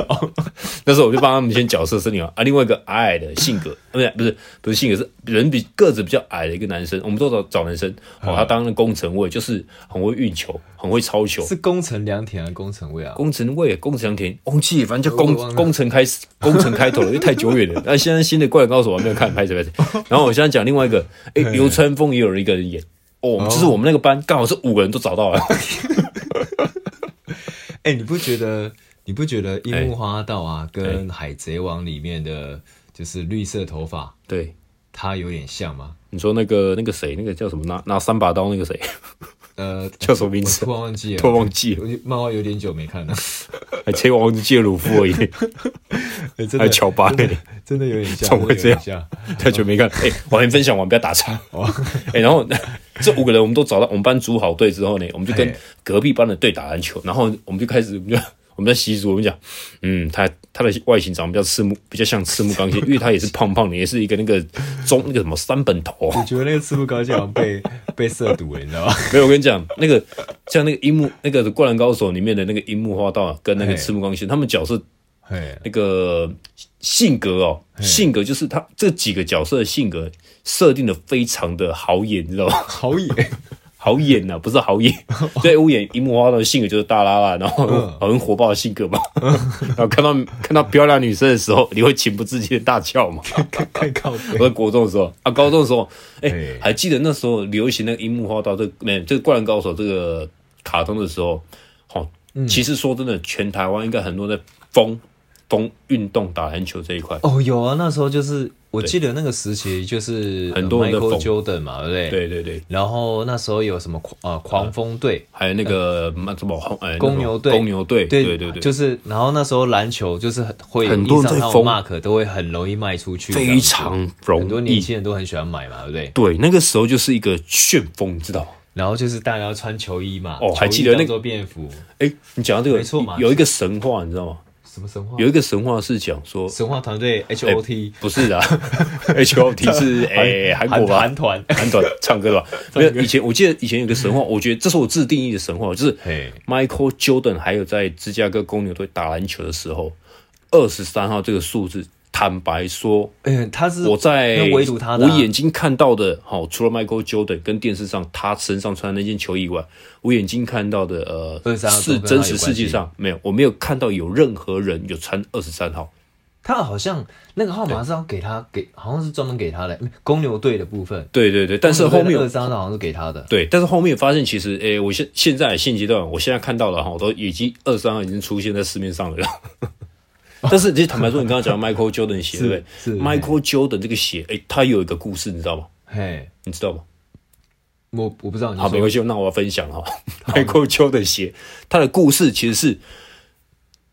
Speaker 2: 那时候我就帮他们先角色设定好啊，另外一个矮矮的性格， 啊不是不是不是性格是人比个子比较矮的一个男生，我们都找找男生，哦他当了工程卫，就是很会运球，很会抄球，
Speaker 1: 是工程良田还是工程卫啊？
Speaker 2: 工程卫、工程田、忘记，反正叫工
Speaker 1: 我忘了
Speaker 2: 工程开 始、工程开头了，因为太久远了。那现在新的《灌篮高手》我还没有看，拍谁拍 谁。然后我现在讲另外一个，哎、流川枫也有一个人演，哦，我们就是我们那个班刚好是五个人都找到了，
Speaker 1: 哎、你不觉得你不觉得樱木花道啊，跟海贼王里面的就是绿色头发，
Speaker 2: 对。
Speaker 1: 他有点像吗？
Speaker 2: 你说那个那个谁，那个叫什么拿拿三把刀那个谁，
Speaker 1: 呃，我
Speaker 2: 叫什么名字
Speaker 1: 突？然忘记了，
Speaker 2: 突然忘记了，
Speaker 1: 我漫画有点久没 看了，
Speaker 2: 还切王子借鲁夫而已，
Speaker 1: 哎真
Speaker 2: 还
Speaker 1: 的
Speaker 2: 有乔巴内，
Speaker 1: 真的有点像，
Speaker 2: 怎么会
Speaker 1: 真的有点像？
Speaker 2: 太久没看。哎、我还没分享完，不要打岔。哦， 哎，然后这五个人我们都找到，我们班组好队之后呢，我们就跟
Speaker 1: 哎
Speaker 2: 隔壁班的队打篮球，然后我们就开始，我们就我们在习俗，我们讲，嗯，他他的外形长得比较赤木，比较像赤木刚宪，因为他也是胖胖的，也是一个那个中那个什么三本头。
Speaker 1: 我觉得那个赤木高好像被被涉毒了，你知道吗？
Speaker 2: 没有，我跟你讲，那个像那个樱木，那个《灌篮高手》里面的那个樱木花道啊跟那个
Speaker 1: 哎
Speaker 2: 赤木刚宪，他们角色
Speaker 1: 嘿，
Speaker 2: 那个性格哦，性格就是他这几个角色的性格设定的非常的好演，你知道吗？
Speaker 1: 好野，
Speaker 2: 好演呐、啊，不是好演。对，我演樱木花道的性格就是大拉拉，然后
Speaker 1: 嗯
Speaker 2: 很火爆的性格嘛。 然后看到看到漂亮女生的时候，你会情不自禁的大叫嘛。
Speaker 1: 看看靠背
Speaker 2: 我在国中的时候啊，高中的时候，哎、
Speaker 1: 哎
Speaker 2: 还记得那时候流行那个樱木花道这个没有这个灌篮高手这个卡通的时候，哦，
Speaker 1: 嗯
Speaker 2: 其实说真的，全台湾应该很多人在疯疯运动打篮球这一块。
Speaker 1: 哦，有啊，那时候就是我记得那个时期就是呃
Speaker 2: 很多人在
Speaker 1: Michael
Speaker 2: 疯
Speaker 1: Jordan 嘛，对不对？。
Speaker 2: 对对对，
Speaker 1: 然后那时候有什么狂呃狂风队，
Speaker 2: 还有那个那什么红哎，那
Speaker 1: 公
Speaker 2: 什么
Speaker 1: 牛队
Speaker 2: 公牛队，对对对，
Speaker 1: 就是然后那时候篮球就是很会
Speaker 2: 很多人
Speaker 1: 印上
Speaker 2: 在
Speaker 1: 那种
Speaker 2: 疯
Speaker 1: mark 都会很容易卖出去，这样
Speaker 2: 非
Speaker 1: 子
Speaker 2: 常
Speaker 1: 很多
Speaker 2: 容
Speaker 1: 年
Speaker 2: 易。
Speaker 1: 轻人都很喜欢买嘛，对不对？
Speaker 2: 对，那个时候就是一个旋风，你知道吗？
Speaker 1: 然后就是大家要穿球衣嘛，
Speaker 2: 哦还
Speaker 1: 球衣
Speaker 2: 记得那
Speaker 1: 当做便服，
Speaker 2: 哎，你讲到这个，
Speaker 1: 没错嘛
Speaker 2: 有一个神话，你知道吗？
Speaker 1: 什么神话？
Speaker 2: 有一个神话是讲说，
Speaker 1: 神话团队 H O T
Speaker 2: 不是 的，H O T 是哎韩国吧？
Speaker 1: 韩团，
Speaker 2: 韩团 唱歌吧？没有，以前我记得以前有个神话，我觉得这是我自定义的神话，就是
Speaker 1: 嘿，
Speaker 2: Michael Jordan 还有在芝加哥公牛队打篮球的时候，二十三号这个数字，坦白说，
Speaker 1: 嗯，他是
Speaker 2: 我在
Speaker 1: 那围堵他的啊
Speaker 2: 我眼睛看到的，好，除了 Michael Jordan 跟电视上他身上穿的那件球衣以外，我眼睛看到的呃，
Speaker 1: 23号
Speaker 2: 是
Speaker 1: 跟他有
Speaker 2: 真实世
Speaker 1: 关系
Speaker 2: 界上没有，我没有看到有任何人有穿二十三号。
Speaker 1: 他好像那个号码是要给他给，好像是专门给他的嗯公牛队的部分，
Speaker 2: 对对对，但是后面
Speaker 1: 哦二三好像是给他的，
Speaker 2: 对，但是后面发现其实，诶、我现现在现阶段，我现在看到了哈，都已经二三已经出现在市面上了。 但是其实坦白说，你刚刚讲到 Michael Jordan 鞋，对
Speaker 1: 是是
Speaker 2: 不对？Michael Jordan 这个鞋，诶、它有一个故事，你知道吗？
Speaker 1: 嘿，
Speaker 2: 你知道吗？
Speaker 1: 我我不知道你
Speaker 2: 好，啊没
Speaker 1: 说
Speaker 2: 关系，那我要分享了哈。Michael Jordan 鞋，它的故事其实是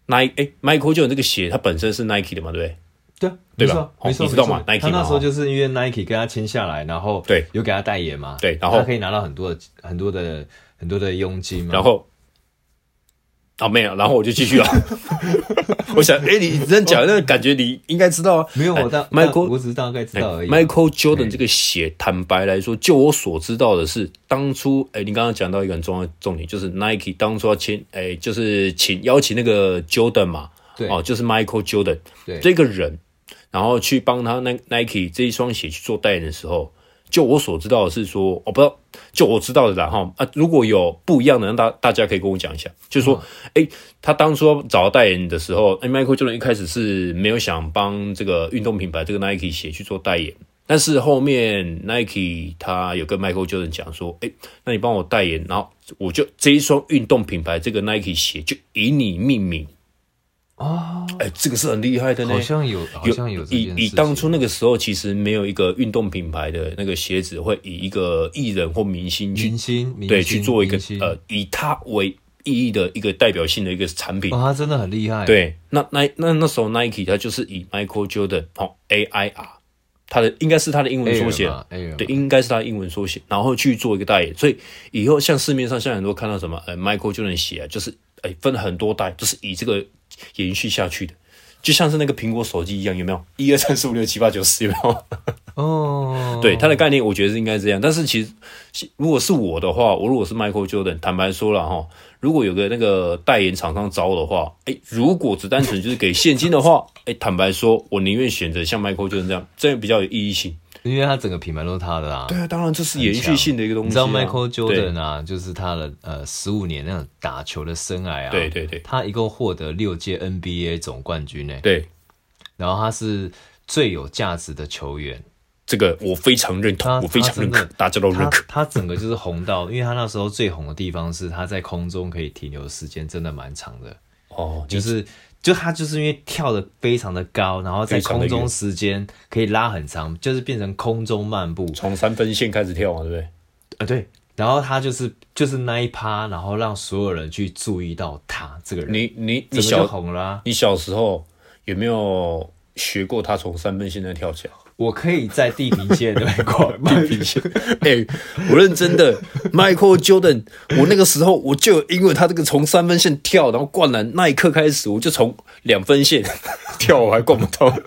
Speaker 2: Nike，诶、m i c h a e l Jordan 这个鞋，它本身是 Nike 的嘛，对不对？
Speaker 1: 对啊，没
Speaker 2: 对吧
Speaker 1: 错
Speaker 2: 哦
Speaker 1: 没错，
Speaker 2: 你知道吗
Speaker 1: 没错
Speaker 2: Nike
Speaker 1: 他那
Speaker 2: 嘛哦
Speaker 1: 时候就是因为 Nike 跟他签下来，然后
Speaker 2: 对
Speaker 1: 有给他代言嘛，
Speaker 2: 对然后
Speaker 1: 他啊可以拿到很多的很多的很多的佣金嘛，
Speaker 2: 然后。啊、没有，然后我就继 续了。我想，诶，你这样讲，那感觉你应该知道啊。
Speaker 1: 没有
Speaker 2: 哎
Speaker 1: 我大大
Speaker 2: Michael
Speaker 1: 我只是大概知
Speaker 2: 哎
Speaker 1: 道而已啊，
Speaker 2: Michael Jordan 这个鞋，坦白来说，就我所知道的是，当初哎、你刚刚讲到一个很重要的重点，就是 Nike 当初要签哎、就是请邀请那个 Jordan 嘛，
Speaker 1: 对
Speaker 2: 哦，就是 Michael Jordan
Speaker 1: 对
Speaker 2: 这个人，然后去帮他那 Nike 这一双鞋去做代言的时候，就我所知道的是说，我、不知道，就我知道的啦哈啊，如果有不一样的，让大大家可以跟我讲一下，就是说，
Speaker 1: 嗯
Speaker 2: 哎、他当初要找代言的时候，哎、m i c h a e l Jordan 一开始是没有想帮这个运动品牌这个 Nike 鞋去做代言。但是后面 Nike 他有跟 Michael Jordan 讲说，哎、那你帮我代言，然后我就这一双运动品牌这个 Nike 鞋就以你命名，
Speaker 1: 哦，
Speaker 2: 哎、这个是很厉害的呢。
Speaker 1: 好像有好像有这件
Speaker 2: 以
Speaker 1: 事
Speaker 2: 以
Speaker 1: 情
Speaker 2: 当初那个时候，其实没有一个运动品牌的那个鞋子会以一个艺人或明星去
Speaker 1: 明星明
Speaker 2: 对
Speaker 1: 星
Speaker 2: 去做一个
Speaker 1: 明星
Speaker 2: 呃以他为意义的一个代表性的一个产品。
Speaker 1: 哇，他真的很厉害，，
Speaker 2: 对，那那那那时候 Nike 它就是以 Michael Jordan 哦 A I R，它的应该是它的英文缩写
Speaker 1: Air 嘛，Air 嘛
Speaker 2: 对，应该是它的英文缩写，然后去做一个代言。所以以后像市面上现在很多看到什么呃 Michael Jordan 鞋啊，就是哎、分很多代，就是以这个延续下去的。就像是那个苹果手机一样，有没有？一二三四五六七八九十，有没有？
Speaker 1: 哦，
Speaker 2: 对它的概念，我觉得是应该这样。但是其实，如果是我的话，我如果是 Michael Jordan，坦白说了哈，如果有个那个代言厂商招的话，哎、如果只单纯就是给现金的话，哎、坦白说，我宁愿选择像 Michael Jordan 这样，这样比较有意义性。
Speaker 1: 因为他整个品牌都是他的啦。
Speaker 2: 对啊，当然这是延续性的一个东西、啊。
Speaker 1: 你知道 Michael
Speaker 2: 对
Speaker 1: Jordan 啊，就是他的呃十五年那种打球的生涯啊，
Speaker 2: 对对对
Speaker 1: 他一共获得六届 NBA 总冠军呢，
Speaker 2: 对，
Speaker 1: 然后他是最有价值的球员，
Speaker 2: 这个我非常认同
Speaker 1: 他，
Speaker 2: 我非常认
Speaker 1: 他
Speaker 2: 可
Speaker 1: 真的，
Speaker 2: 大家都认
Speaker 1: 他
Speaker 2: 可。
Speaker 1: 他整个就是红到，因为他那时候最红的地方是他在空中可以停留的时间真的蛮长的，
Speaker 2: 哦，
Speaker 1: 就
Speaker 2: 就是
Speaker 1: 是就他就是因为跳的非常的高，然后在
Speaker 2: 非常地
Speaker 1: 空中
Speaker 2: 远
Speaker 1: 时间可以拉很长，就是变成空中漫步，
Speaker 2: 从三分线开始跳嘛，对不对？
Speaker 1: 呃，对，然后他就是就是那一趴，然后让所有人去注意到他这个人，
Speaker 2: 你你你
Speaker 1: 整个就
Speaker 2: 小
Speaker 1: 红了啊、
Speaker 2: 你小时候有没有学过他从三分线那跳起来？
Speaker 1: 我可以在地平线对 过地平线，
Speaker 2: 哎、我认真的，Michael Jordan，我那个时候我就因为他这个从三分线跳，然后灌篮那一刻开始，我就从两分线 跳，我还灌不到。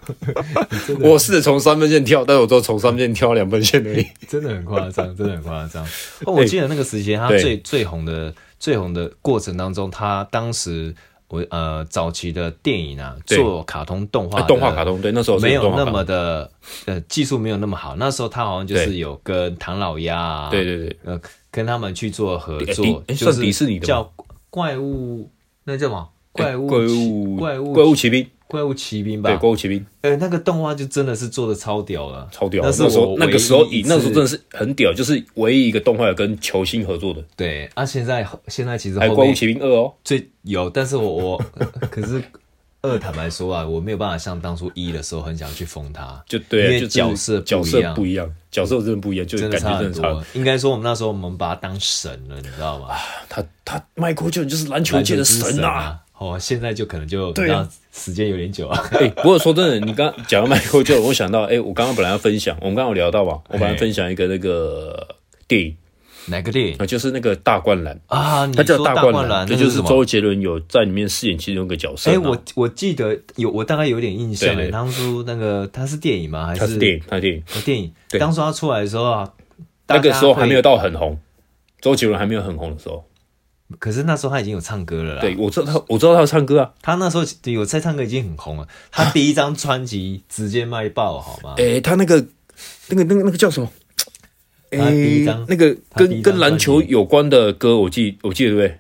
Speaker 2: 我试着从三分线跳，但我都从三分线跳到两分线 而已。
Speaker 1: 真的很夸张，真的很夸张。哦，我记得那个时期他
Speaker 2: 哎对
Speaker 1: 最最红的最红的过程当中，他当时我呃早期的电影啊，
Speaker 2: 对呃
Speaker 1: 做卡通动画的、
Speaker 2: 动画卡通对，那时候是
Speaker 1: 没有
Speaker 2: 动画
Speaker 1: 那
Speaker 2: 卡通
Speaker 1: 么的呃技术没有那么好，那时候他好像就是
Speaker 2: 对
Speaker 1: 有跟唐老鸭、啊，
Speaker 2: 对对对，
Speaker 1: 呃，跟他们去做合
Speaker 2: 迪
Speaker 1: 作
Speaker 2: 迪，诶
Speaker 1: 就是
Speaker 2: 算迪士尼的吗
Speaker 1: 叫怪物，那叫什么？怪物
Speaker 2: 怪
Speaker 1: 奇
Speaker 2: 物
Speaker 1: 怪物
Speaker 2: 怪物骑兵，
Speaker 1: 怪物骑兵吧
Speaker 2: 对，？怪物骑兵
Speaker 1: 呃，那个动画就真的是做的超屌了，
Speaker 2: 超屌。
Speaker 1: 那是
Speaker 2: 时候
Speaker 1: 我
Speaker 2: 那个时候
Speaker 1: 唯一一
Speaker 2: 以
Speaker 1: 次
Speaker 2: 那时候真的是很屌，就是唯一一个动画有跟球星合作的，
Speaker 1: 对啊。现在现在其实
Speaker 2: 还有
Speaker 1: 后
Speaker 2: 怪物
Speaker 1: 面
Speaker 2: 骑兵二哦。
Speaker 1: 最有，但是我 我可是二坦白说啊，我没有办法像当初一的时候很想去封它，
Speaker 2: 就对啊，
Speaker 1: 因为
Speaker 2: 就是
Speaker 1: 角色
Speaker 2: 角
Speaker 1: 不一
Speaker 2: 色
Speaker 1: 样
Speaker 2: 不一样，角色真的不一样，就是
Speaker 1: 真的
Speaker 2: 感
Speaker 1: 差很
Speaker 2: 觉真的差很
Speaker 1: 多。应该说我们那时候我们把它当神了，你知道吗？
Speaker 2: 他他 Michael Jordan 就是篮球界的
Speaker 1: 之
Speaker 2: 啊神啊！
Speaker 1: 啊！哦，现在就可能就
Speaker 2: 对啊
Speaker 1: 让时间有点久 啊。
Speaker 2: 哎、不过说真的，你刚刚讲到 Michael Jordan，我想到，哎、我刚刚本来要分享，我们刚刚有聊到吧？我本来分享一个那个电影
Speaker 1: 哪个电影
Speaker 2: 啊，就是那个大灌篮，
Speaker 1: 啊？你
Speaker 2: 它叫
Speaker 1: 说
Speaker 2: 大
Speaker 1: 大
Speaker 2: 灌
Speaker 1: 篮，
Speaker 2: 这
Speaker 1: 那
Speaker 2: 就是是
Speaker 1: 什么
Speaker 2: 周杰伦有在里面饰演其中一个角色、
Speaker 1: 哎、
Speaker 2: 啊。
Speaker 1: 我我记得有，我大概有点印象。
Speaker 2: 对对
Speaker 1: 当初那个他是电影吗？还
Speaker 2: 他
Speaker 1: 是
Speaker 2: 是电影，他是电影，
Speaker 1: 哦电影？
Speaker 2: 对
Speaker 1: 当初他出来的时候啊，
Speaker 2: 那个时候还没有
Speaker 1: 大
Speaker 2: 到很红，周杰伦还没有很红的时候。
Speaker 1: 家会，可是那时候他已经有唱歌了啦。
Speaker 2: 对，，我知道他，我知道他唱歌啊。
Speaker 1: 他那时候有在唱歌已经很 红了。他第一张专辑直接卖爆，好吗？
Speaker 2: 哎、他那个那个那个那个叫什么？哎、
Speaker 1: 他第一张
Speaker 2: 那个
Speaker 1: 他第一
Speaker 2: 跟
Speaker 1: 张
Speaker 2: 跟篮球
Speaker 1: 专辑
Speaker 2: 有关的歌，我记我记得对不对？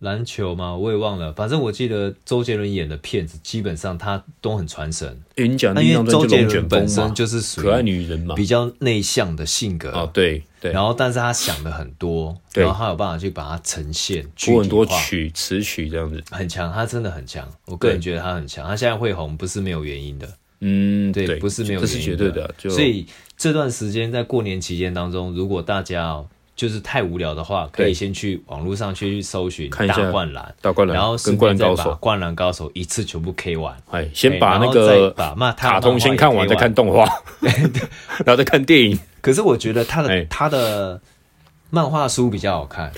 Speaker 1: 篮球嘛，我也忘了，反正我记得周杰伦演的片子基本上他都很传神。
Speaker 2: 诶你讲
Speaker 1: 那
Speaker 2: 第一
Speaker 1: 因
Speaker 2: 张
Speaker 1: 为
Speaker 2: 专
Speaker 1: 周
Speaker 2: 辑《
Speaker 1: 杰
Speaker 2: 龙卷
Speaker 1: 伦
Speaker 2: 风
Speaker 1: 本》身
Speaker 2: 嘛，
Speaker 1: 就是属
Speaker 2: 可爱
Speaker 1: 于
Speaker 2: 女人嘛。
Speaker 1: 比较内向的性格
Speaker 2: 啊，对对，
Speaker 1: 然后但是他想的很多，
Speaker 2: 对
Speaker 1: 然后他有办法去把它呈现，具
Speaker 2: 出很多
Speaker 1: 体化
Speaker 2: 曲词曲这样子。
Speaker 1: 很强，他真的很强，我个人觉得他很强，他现在会红不是没有原因的，
Speaker 2: 嗯，
Speaker 1: 对，
Speaker 2: 对，
Speaker 1: 不是没有
Speaker 2: 这
Speaker 1: 原因
Speaker 2: 是绝对的。就
Speaker 1: 所以这段时间在过年期间当中，如果大家哦就是太无聊的话，可以
Speaker 2: 对
Speaker 1: 先去网络上去搜寻
Speaker 2: 看一下
Speaker 1: 大灌篮，
Speaker 2: 大灌篮
Speaker 1: 然后
Speaker 2: 跟灌篮
Speaker 1: 顺便
Speaker 2: 高
Speaker 1: 再把
Speaker 2: 手，
Speaker 1: 灌篮高手一次全部 K 完。
Speaker 2: 哎，先
Speaker 1: 哎
Speaker 2: 把
Speaker 1: 然后
Speaker 2: 那个
Speaker 1: 再把那他的漫
Speaker 2: 卡通
Speaker 1: 画
Speaker 2: 先
Speaker 1: 也
Speaker 2: 看
Speaker 1: 可以
Speaker 2: 完，再
Speaker 1: 玩
Speaker 2: 看动画， 然后再看电影。
Speaker 1: 可是我觉得他的、
Speaker 2: 哎
Speaker 1: 他的漫画书比较好看，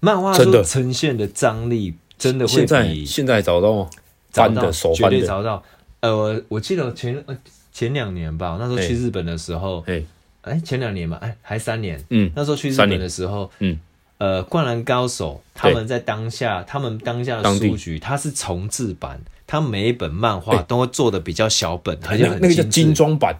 Speaker 1: 漫画书
Speaker 2: 真的
Speaker 1: 呈现的张力真的会
Speaker 2: 现在
Speaker 1: 比
Speaker 2: 现在找到
Speaker 1: 找
Speaker 2: 翻
Speaker 1: 到
Speaker 2: 的手
Speaker 1: 绝
Speaker 2: 翻
Speaker 1: 对
Speaker 2: 的，
Speaker 1: 找到。呃，我记得前呃前两年吧，那时候去
Speaker 2: 哎
Speaker 1: 日本的时候，
Speaker 2: 哎，
Speaker 1: 哎、前两年吧，哎、还三年，
Speaker 2: 嗯
Speaker 1: 那时候去日
Speaker 2: 三
Speaker 1: 本
Speaker 2: 年
Speaker 1: 的时候，
Speaker 2: 嗯，
Speaker 1: 呃，《灌篮高手》他们在当下，他们当下的
Speaker 2: 当地
Speaker 1: 书局，它是重制版，它每一本漫画
Speaker 2: 哎
Speaker 1: 都会做的比较小本，而且
Speaker 2: 那
Speaker 1: 很
Speaker 2: 那个叫
Speaker 1: 致
Speaker 2: 精装版，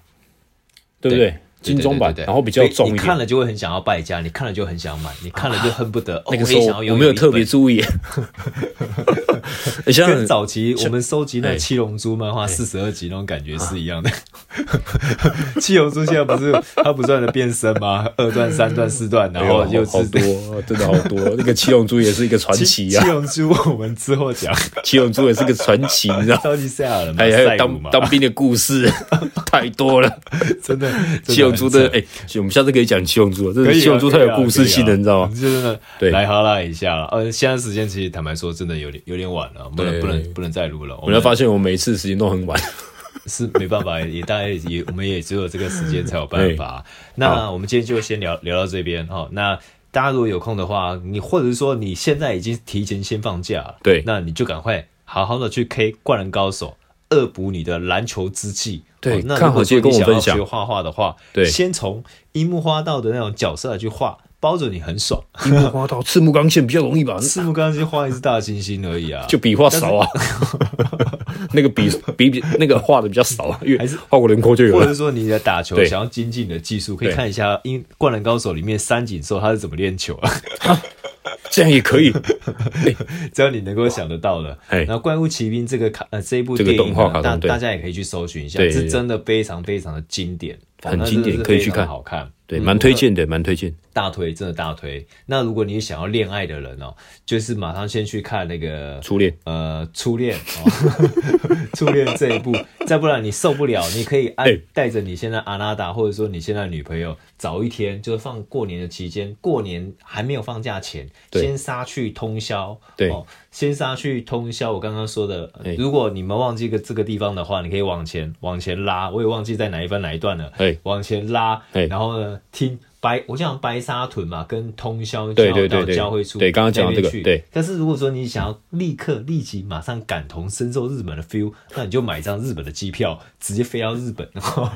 Speaker 2: 对不
Speaker 1: 对
Speaker 2: 对？精装版，
Speaker 1: 对对对对对
Speaker 2: 然后比较重
Speaker 1: 你
Speaker 2: 一
Speaker 1: 你看
Speaker 2: 点。
Speaker 1: 了就会很想要败家，你看了就很想买，你看了就恨不得、哦
Speaker 2: 那个时
Speaker 1: 我也
Speaker 2: 候
Speaker 1: 想要
Speaker 2: 我
Speaker 1: 拥
Speaker 2: 没
Speaker 1: 有
Speaker 2: 有
Speaker 1: 一
Speaker 2: 特
Speaker 1: 本
Speaker 2: 别 注意，像
Speaker 1: 跟早期我们收集那
Speaker 2: 哎啊
Speaker 1: 《七龙珠》漫画四十二集那种感觉是一样的。 七龙珠现在不是 它不断的变身吗？二段、三段、四段，然后又
Speaker 2: 哎好
Speaker 1: 是
Speaker 2: 多， 真的好多。那个七龙珠也是一个传奇
Speaker 1: 七
Speaker 2: 啊
Speaker 1: 七，龙珠，我们之后讲
Speaker 2: 七龙珠也是个传奇，你知 道？
Speaker 1: 超级赛亚人嘛，
Speaker 2: 还有哎还
Speaker 1: 赛
Speaker 2: 有
Speaker 1: 鲁
Speaker 2: 当
Speaker 1: 嘛，
Speaker 2: 当兵的故事 太多了，
Speaker 1: 真的
Speaker 2: 七龙珠的
Speaker 1: 真很
Speaker 2: 哎、我们下次可以讲七龙珠了，真
Speaker 1: 可
Speaker 2: 的
Speaker 1: 以啊
Speaker 2: 七龙珠太
Speaker 1: 可以
Speaker 2: 有
Speaker 1: 啊
Speaker 2: 故事性
Speaker 1: 可以
Speaker 2: 了，
Speaker 1: 啊
Speaker 2: 你知道吗？
Speaker 1: 就真的
Speaker 2: 对
Speaker 1: 来哈拉一下了。呃，现在时间其实坦白说，真的有点有点晚了，不能
Speaker 2: 对
Speaker 1: 不能不能再录了。我
Speaker 2: 我
Speaker 1: 们
Speaker 2: 才发现我每次时间都很晚，
Speaker 1: 是没办法，也大概也我们也只有这个时间才有办法。那我们今天就先聊聊到这边哦。那大家如果有空的话，你或者是说你现在已经提前先放假了，
Speaker 2: 对
Speaker 1: 那你就赶快好好的去 K《灌篮高手》，恶补你的篮球之技。
Speaker 2: 对
Speaker 1: 哦那
Speaker 2: 看
Speaker 1: 如果
Speaker 2: 好剧
Speaker 1: 说
Speaker 2: 跟
Speaker 1: 你
Speaker 2: 我
Speaker 1: 想要
Speaker 2: 分享
Speaker 1: 学画画的话，
Speaker 2: 对
Speaker 1: 先从樱木花道的那种角色来去画，包准你很 爽。
Speaker 2: 樱木花道、赤木刚宪比较容易吧？
Speaker 1: 赤木刚就画一只大猩猩而已啊，
Speaker 2: 就笔画少啊， 那个笔笔笔那个画的比较少啊，因为画过轮廓就有
Speaker 1: 或者
Speaker 2: 了。
Speaker 1: 是说你的打球
Speaker 2: 对
Speaker 1: 想要精进你的技术，可以
Speaker 2: 对
Speaker 1: 看一下《因灌篮高手》里面三井寿他是怎么练球啊，
Speaker 2: 这样也可 以，
Speaker 1: 只要你能够想得到的。
Speaker 2: 哎
Speaker 1: 然后《怪物骑兵》这个卡呃这一部
Speaker 2: 这个
Speaker 1: 电影
Speaker 2: 动画
Speaker 1: 呢
Speaker 2: 卡通
Speaker 1: 大
Speaker 2: 对
Speaker 1: 大家也可以去搜寻一下，
Speaker 2: 对
Speaker 1: 是真的非常非常的经典，哦
Speaker 2: 很
Speaker 1: 那
Speaker 2: 经典
Speaker 1: 真的是
Speaker 2: 可以
Speaker 1: 非
Speaker 2: 去
Speaker 1: 常
Speaker 2: 看
Speaker 1: 好看。
Speaker 2: 对，
Speaker 1: 嗯
Speaker 2: 蛮推荐的，蛮推荐。
Speaker 1: 大推，真的大推。那如果你想要恋爱的人哦，就是马上先去看那个
Speaker 2: 初恋
Speaker 1: 呃，初恋哦， 初恋这一部，再不然你受不了，你可以安
Speaker 2: 哎
Speaker 1: 带着你现在阿拉达，或者说你现在的女朋友，早一天就是放过年的期间，过年还没有放假前，
Speaker 2: 对
Speaker 1: 先杀去通宵，
Speaker 2: 对
Speaker 1: 哦，先杀去通宵。我刚刚说的，呃
Speaker 2: 哎
Speaker 1: 如果你们忘记个这个地方的话，你可以往前往前拉，我也忘记在哪一番哪一段了，
Speaker 2: 哎
Speaker 1: 往前拉，
Speaker 2: 哎
Speaker 1: 然后呢听。白，我讲白沙屯嘛，跟通宵
Speaker 2: 对
Speaker 1: 交
Speaker 2: 对
Speaker 1: 到
Speaker 2: 对对
Speaker 1: 交汇处
Speaker 2: 对刚刚讲到
Speaker 1: 那边
Speaker 2: 这个
Speaker 1: 去
Speaker 2: 对
Speaker 1: 但是如果说你想要立刻立即马上感同身受日本的 feel，那你就买一张日本的机票，直接飞到日本， 然后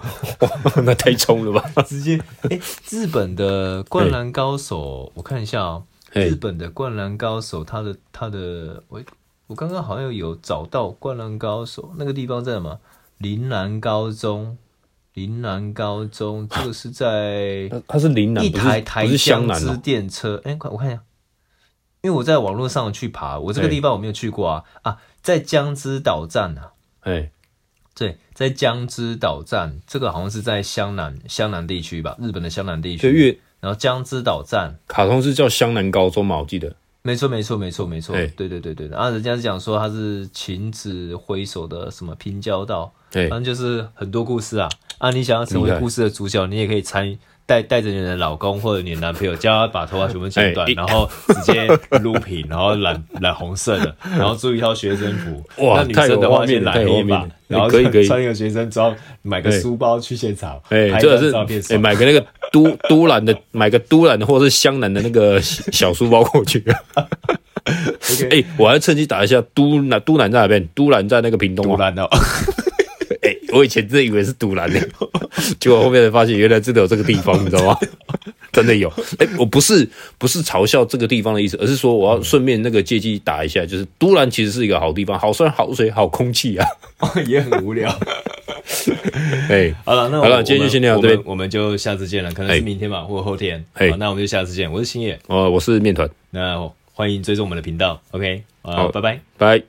Speaker 2: 那太冲了吧？
Speaker 1: 直接哎、日本的《灌篮高手》，我看一下哦，
Speaker 2: 嘿
Speaker 1: 日本的《灌篮高手》，它的它的我我刚刚好像有找到《灌篮高手》那个地方在吗？林南高中，林南高中，这个是在
Speaker 2: 它它是岭南，
Speaker 1: 一
Speaker 2: 不
Speaker 1: 台
Speaker 2: 是
Speaker 1: 台
Speaker 2: 不是
Speaker 1: 江
Speaker 2: 湘南
Speaker 1: 之
Speaker 2: 哦。
Speaker 1: 电车，哎、快我看一下，因为我在网络上去爬，我这个
Speaker 2: 哎
Speaker 1: 地方我没有去过啊啊，在江之岛站啊，
Speaker 2: 哎，
Speaker 1: 对，在江之岛站，这个好像是在湘南湘南地区吧，日本的湘南地
Speaker 2: 就因
Speaker 1: 区。
Speaker 2: 为
Speaker 1: 然后江之岛站，
Speaker 2: 卡通是叫湘南高中嘛，我记得。
Speaker 1: 没错没错没错没错，
Speaker 2: 哎
Speaker 1: 对对对对，然后人家是讲说他是秦子挥手的什么平交道，
Speaker 2: 哎
Speaker 1: 反，正就是很多故事啊啊，你想要成为故事的主角，你也可以参与。带带着你的老公或者你的男朋友，叫他把头发全部剪短，
Speaker 2: 哎一
Speaker 1: 然后直接撸平，然后染 染红色的，然后租一套学生服。
Speaker 2: 哇
Speaker 1: 那女生的话就染
Speaker 2: 太有画
Speaker 1: 黑吧，
Speaker 2: 面了太有画面了
Speaker 1: 然后
Speaker 2: 可以可以
Speaker 1: 穿一个学生装，买个
Speaker 2: 哎
Speaker 1: 书包去现场，
Speaker 2: 哎、
Speaker 1: 拍一
Speaker 2: 这个
Speaker 1: 张照片
Speaker 2: 是哎、
Speaker 1: 爽。
Speaker 2: 买个那个都都兰的， 买个都兰的或者是湘南的那个小小书包过 去。
Speaker 1: OK
Speaker 2: 哎、我还趁机打一下都兰，都兰在哪边？都兰在那个屏东
Speaker 1: 不
Speaker 2: 啊。
Speaker 1: 然 哦，
Speaker 2: 哎、我以前真的以为是都兰 呢、结果后面才发现原来真的有这个地方，你知道 吗？真的有。哎、我不是不是嘲笑这个地方的意思，而是说我要顺便那个借机打一下，就是都兰其实是一个好地方，好山好水好空气啊。
Speaker 1: 也很无聊。
Speaker 2: 哎、
Speaker 1: 好了，那我
Speaker 2: 好了
Speaker 1: 我
Speaker 2: 今天就
Speaker 1: 们
Speaker 2: 先聊到
Speaker 1: 我
Speaker 2: 这
Speaker 1: 们
Speaker 2: 边
Speaker 1: 我们就下次见了，可能是
Speaker 2: 哎
Speaker 1: 明天吧，或者后天。
Speaker 2: 哎
Speaker 1: 好，那我们就下次见。我是星野，
Speaker 2: 哦，我是面团，
Speaker 1: 那欢迎追踪我们的频道。OK，啊，
Speaker 2: 好
Speaker 1: 拜拜。
Speaker 2: 拜。